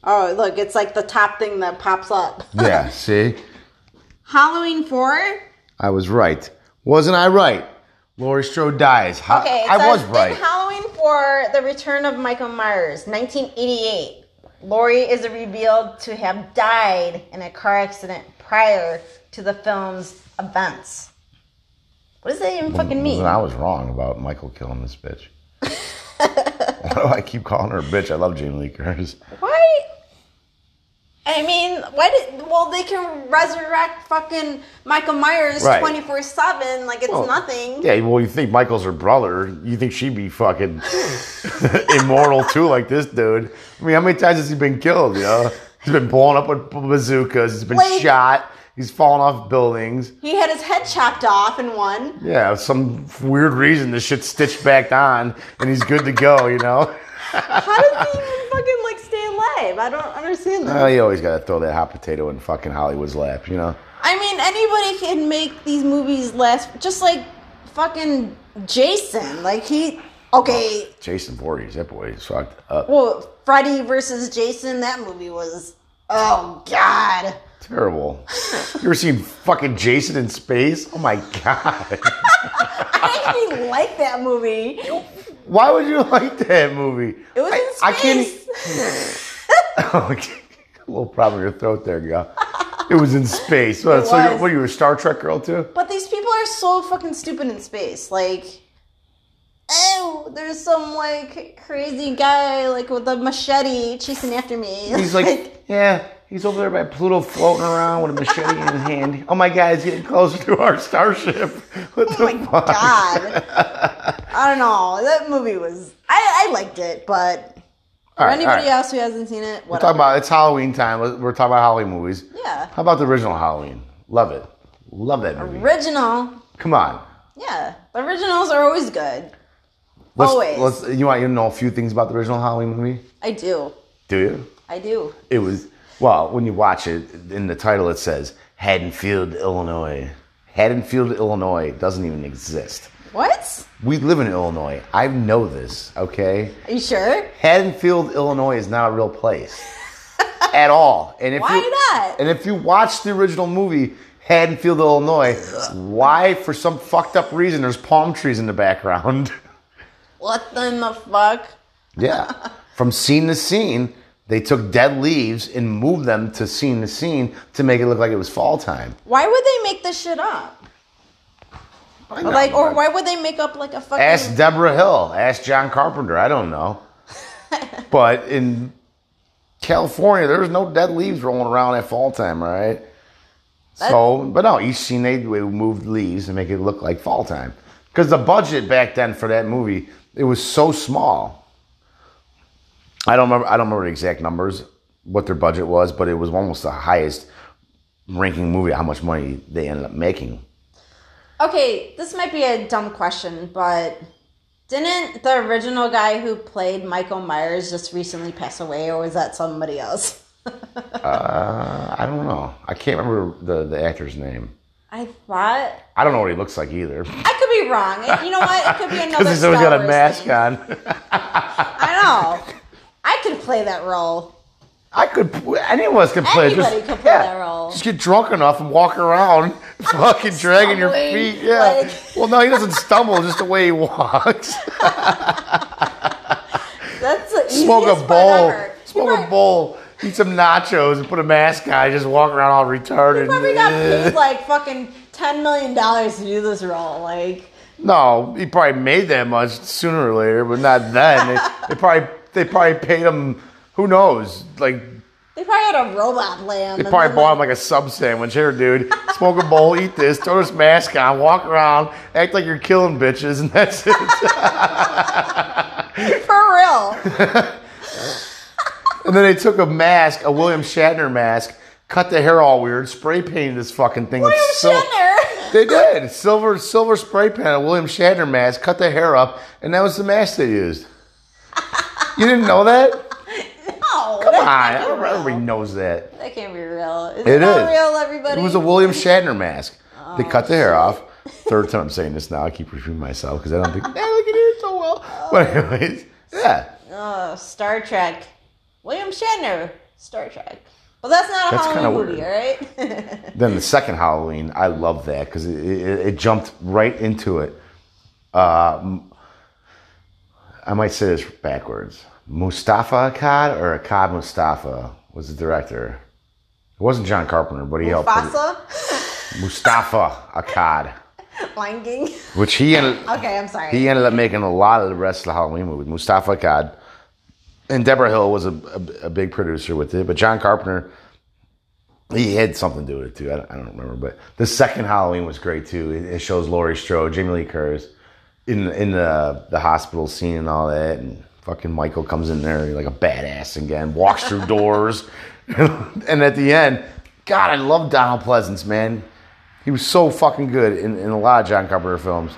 [SPEAKER 1] oh, look! It's like the top thing that pops up.
[SPEAKER 2] Yeah, see?
[SPEAKER 1] Halloween four.
[SPEAKER 2] I was right. Wasn't I right? Laurie Strode dies. Ho-
[SPEAKER 1] Okay, it
[SPEAKER 2] I
[SPEAKER 1] says,
[SPEAKER 2] was right.
[SPEAKER 1] Did Halloween for the Return of Michael Myers, 1988. Laurie is revealed to have died in a car accident prior to the film's events. What does that even fucking mean?
[SPEAKER 2] Listen, I was wrong about Michael killing this bitch. Why do I keep calling her a bitch? I love Jamie Lee Curtis.
[SPEAKER 1] Why? I mean, why did? Well, they can resurrect fucking Michael Myers
[SPEAKER 2] Right.
[SPEAKER 1] twenty four seven like it's
[SPEAKER 2] Well,
[SPEAKER 1] nothing.
[SPEAKER 2] Oh, Yeah, well, you think Michael's her brother. You think she'd be fucking immortal too, like this dude. I mean, how many times has he been killed, you know? He's been blown up with bazookas. He's been
[SPEAKER 1] Like-
[SPEAKER 2] shot. He's fallen off buildings.
[SPEAKER 1] He had his head chopped off in one.
[SPEAKER 2] Yeah, some weird reason this shit's stitched back on and he's good to go, you know?
[SPEAKER 1] How does he even fucking like stay alive? I don't understand that.
[SPEAKER 2] Well, you always gotta throw that hot potato in fucking Hollywood's lap, you know?
[SPEAKER 1] I mean, anybody can make these movies last. Just like fucking Jason. Like he. Okay.
[SPEAKER 2] Jason Voorhees, that boy is fucked up.
[SPEAKER 1] Well, Freddy versus Jason. That movie was. Oh God.
[SPEAKER 2] Terrible. You ever seen fucking Jason in space? Oh my god.
[SPEAKER 1] I didn't even like that movie.
[SPEAKER 2] Why would you like that movie?
[SPEAKER 1] It was in
[SPEAKER 2] I, e-
[SPEAKER 1] space.
[SPEAKER 2] I can't. Okay. A little problem in your throat there, girl. It was in space. What,
[SPEAKER 1] It
[SPEAKER 2] so you're,
[SPEAKER 1] was.
[SPEAKER 2] what are you, a Star Trek girl too?
[SPEAKER 1] But these people are so fucking stupid in space. Like, oh, there's some like crazy guy like with a machete chasing after me.
[SPEAKER 2] He's like, yeah, he's over there by Pluto floating around with a machete in his hand. Oh my god, he's getting closer to our starship. What
[SPEAKER 1] oh
[SPEAKER 2] the
[SPEAKER 1] my
[SPEAKER 2] fuck?
[SPEAKER 1] god. I don't know. That movie was. I, I liked it, but
[SPEAKER 2] All
[SPEAKER 1] for
[SPEAKER 2] right, all
[SPEAKER 1] anybody
[SPEAKER 2] right.
[SPEAKER 1] else who hasn't seen it,
[SPEAKER 2] We're
[SPEAKER 1] whatever.
[SPEAKER 2] talking about it's Halloween time. Let- We're talking about Halloween movies.
[SPEAKER 1] Yeah.
[SPEAKER 2] How about the original Halloween? Love it. Love that movie.
[SPEAKER 1] Original.
[SPEAKER 2] Come on.
[SPEAKER 1] Yeah. The originals are always good.
[SPEAKER 2] Let's,
[SPEAKER 1] Always.
[SPEAKER 2] Let's, you want you to know a few things about the original Halloween movie?
[SPEAKER 1] I do.
[SPEAKER 2] Do you?
[SPEAKER 1] I do.
[SPEAKER 2] It was well when you watch it in the title it says Haddonfield, Illinois. Haddonfield, Illinois doesn't even exist.
[SPEAKER 1] What?
[SPEAKER 2] We live in Illinois. I know this. Okay.
[SPEAKER 1] Are you sure?
[SPEAKER 2] Haddonfield, Illinois is not a real place at all. And if
[SPEAKER 1] Why
[SPEAKER 2] you,
[SPEAKER 1] not?
[SPEAKER 2] And if you watch the original movie, Haddonfield, Illinois, why, for some fucked up reason, there's palm trees in the background?
[SPEAKER 1] What in the fuck?
[SPEAKER 2] yeah. From scene to scene, they took dead leaves and moved them to scene to scene to make it look like it was fall time.
[SPEAKER 1] Why would they make this shit up?
[SPEAKER 2] I
[SPEAKER 1] Or like,
[SPEAKER 2] know,
[SPEAKER 1] or
[SPEAKER 2] but-
[SPEAKER 1] why would they make up like a fucking?
[SPEAKER 2] Ask Deborah Hill. Ask John Carpenter. I don't know. but in California, there's no dead leaves rolling around at fall time, right? so, but no, each scene they they moved leaves to make it look like fall time. Because the budget back then for that movie, it was so small. I don't remember. I don't remember the exact numbers, what their budget was, but it was almost the highest ranking movie. How much money they ended up making?
[SPEAKER 1] okay, this might be a dumb question, but didn't the original guy who played Michael Myers just recently pass away, or was that somebody else?
[SPEAKER 2] Uh, I don't know. I can't remember the, the actor's name.
[SPEAKER 1] I thought
[SPEAKER 2] I don't know what he looks like either.
[SPEAKER 1] I could be wrong. It- you know what? It could be another.
[SPEAKER 2] Because he's always
[SPEAKER 1] Star
[SPEAKER 2] got a
[SPEAKER 1] Wars
[SPEAKER 2] mask
[SPEAKER 1] thing.
[SPEAKER 2] on.
[SPEAKER 1] I know. I could play that role.
[SPEAKER 2] I could. Any of us could play.
[SPEAKER 1] Anybody
[SPEAKER 2] just,
[SPEAKER 1] could play that role.
[SPEAKER 2] Just get drunk enough and walk around, fucking dragging your
[SPEAKER 1] Stumbling,
[SPEAKER 2] feet. Yeah.
[SPEAKER 1] like-
[SPEAKER 2] Well, no, he doesn't stumble. Just the way he walks.
[SPEAKER 1] That's the easiest
[SPEAKER 2] Smoke a
[SPEAKER 1] part
[SPEAKER 2] bowl.
[SPEAKER 1] ever. He
[SPEAKER 2] Smoke
[SPEAKER 1] probably-
[SPEAKER 2] a bowl. Eat some nachos and put a mask on. Just walk around all retarded. eh.
[SPEAKER 1] He probably got paid like fucking ten million dollars to do this role. Like
[SPEAKER 2] No, he probably made that much sooner or later, but not then. they, they probably they probably paid him. Who knows? Like
[SPEAKER 1] they probably had a robot lamb.
[SPEAKER 2] they probably bought him like a sub sandwich. Here, dude, smoke a bowl, eat this, throw this mask on, walk around, act like you're killing bitches, and that's it.
[SPEAKER 1] like for real.
[SPEAKER 2] and then they took a mask, a William Shatner mask, cut the hair all weird, spray painted this fucking thing with
[SPEAKER 1] William
[SPEAKER 2] sil-
[SPEAKER 1] Shatner.
[SPEAKER 2] They did silver silver spray paint, a William Shatner mask, cut the hair up, and that was the mask they used. You didn't know that?
[SPEAKER 1] No,
[SPEAKER 2] Come on,
[SPEAKER 1] that can't be
[SPEAKER 2] everybody
[SPEAKER 1] real.
[SPEAKER 2] knows that.
[SPEAKER 1] That can't be real. It's
[SPEAKER 2] It
[SPEAKER 1] not
[SPEAKER 2] is.
[SPEAKER 1] real, everybody.
[SPEAKER 2] It was a William Shatner mask. they cut the hair off. Third time I'm saying this now, I keep repeating myself because I don't think, yeah, look at it so well. But anyways, yeah,
[SPEAKER 1] Oh, Star Trek. William Shatner, Star Trek. Well, that's not a
[SPEAKER 2] That's
[SPEAKER 1] Halloween
[SPEAKER 2] kinda
[SPEAKER 1] movie, all right?
[SPEAKER 2] Then the second Halloween, I love that because it, it, it jumped right into it. Um, I might say this backwards. Mustafa Akkad or Akkad Mustafa was the director. It wasn't John Carpenter, but he helped.
[SPEAKER 1] Mufasa?
[SPEAKER 2] Mustafa Akkad,
[SPEAKER 1] Lion King?
[SPEAKER 2] which he and
[SPEAKER 1] Okay, I'm sorry.
[SPEAKER 2] He ended up making a lot of the rest of the Halloween movies. Mustafa Akkad and Deborah Hill was a, a, a big producer with it, but John Carpenter, he had something to do with it too. I don't, I don't remember, but the second Halloween was great too. It, it shows Laurie Strode, Jamie Lee Curtis in in the the hospital scene and all that, and fucking Michael comes in there like a badass again, walks through doors, and at the end, God, I love Donald Pleasance, man. He was so fucking good in, in a lot of John Carpenter films.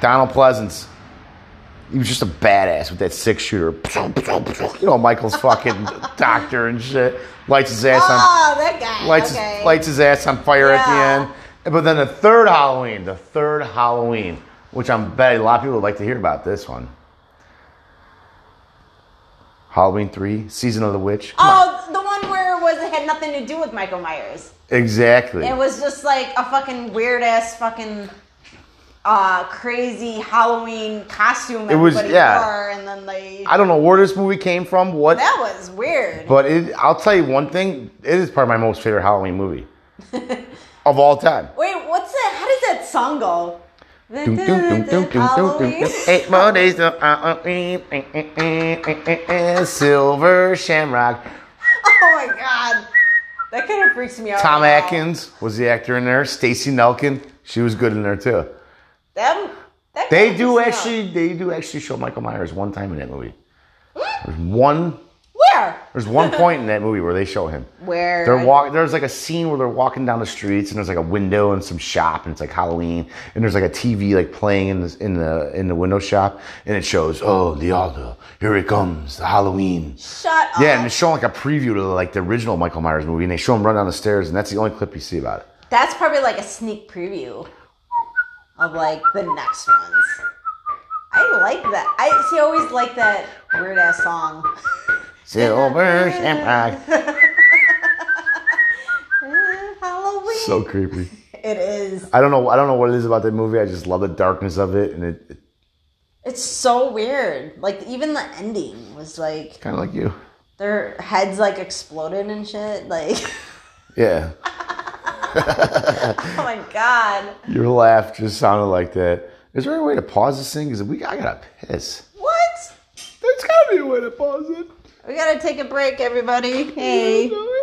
[SPEAKER 2] Donald Pleasance. He was just a badass with that six shooter. You know, Michael's fucking doctor and shit. Lights his ass on
[SPEAKER 1] oh, that guy.
[SPEAKER 2] lights
[SPEAKER 1] okay.
[SPEAKER 2] his, lights his ass on fire
[SPEAKER 1] Yeah.
[SPEAKER 2] at the end. But then the third Halloween, the third Halloween, which I'm betting a lot of people would like to hear about this one. Halloween three, season of the witch. Come on.
[SPEAKER 1] oh, the one where it was it had nothing to do with Michael Myers.
[SPEAKER 2] Exactly.
[SPEAKER 1] It was just like a fucking weird ass fucking uh, crazy Halloween costume
[SPEAKER 2] It was-
[SPEAKER 1] everybody
[SPEAKER 2] yeah.
[SPEAKER 1] wore, and then they.
[SPEAKER 2] I don't know where this movie came from. What
[SPEAKER 1] that was weird.
[SPEAKER 2] But it, I'll tell you one thing: it is probably my most favorite Halloween movie of all time.
[SPEAKER 1] Wait, what's that? How does that song go?
[SPEAKER 2] Dum, dum, dum, dum, dum, dum, dum, dum. Eight uh, more days till Halloween. Eh, eh, eh, eh, eh, eh. Silver Shamrock.
[SPEAKER 1] Oh my god. That kind of freaks me out.
[SPEAKER 2] Tom
[SPEAKER 1] right now.
[SPEAKER 2] Atkins was the actor in there. Stacy Nelkin, she was good in there too.
[SPEAKER 1] That, that
[SPEAKER 2] They
[SPEAKER 1] kinda
[SPEAKER 2] do
[SPEAKER 1] freaks me out.
[SPEAKER 2] actually, they do actually show Michael Myers one time in that movie. There's one,
[SPEAKER 1] Hmm? Where?
[SPEAKER 2] there's one point in that movie where they show him.
[SPEAKER 1] Where?
[SPEAKER 2] They're
[SPEAKER 1] I-
[SPEAKER 2] walk. There's like a scene where they're walking down the streets, and there's like a window and some shop, and it's like Halloween, and there's like a TV like playing in the in the in the window shop, and it shows, oh, the altar, here it comes, the Halloween.
[SPEAKER 1] Shut up.
[SPEAKER 2] Yeah, and it's showing like a preview to like the original Michael Myers movie, and they show him run down the stairs, and that's the only clip you see about it.
[SPEAKER 1] That's probably like a sneak preview of like the next ones. I like that. I see. I always like that weird ass song.
[SPEAKER 2] Silver Shamrock,
[SPEAKER 1] Halloween.
[SPEAKER 2] so creepy.
[SPEAKER 1] it is.
[SPEAKER 2] I don't know. I don't know what it is about that movie. I just love the darkness of it, and it, it's
[SPEAKER 1] It's so weird. Like even the ending was like
[SPEAKER 2] kind of like you.
[SPEAKER 1] their heads like exploded and shit. Like
[SPEAKER 2] Yeah,
[SPEAKER 1] oh my god.
[SPEAKER 2] your laugh just sounded like that. Is there a way to pause this thing? Because we, I gotta piss.
[SPEAKER 1] What?
[SPEAKER 2] There's gotta be a way to pause it.
[SPEAKER 1] We gotta take a break, everybody. Hey.
[SPEAKER 2] No,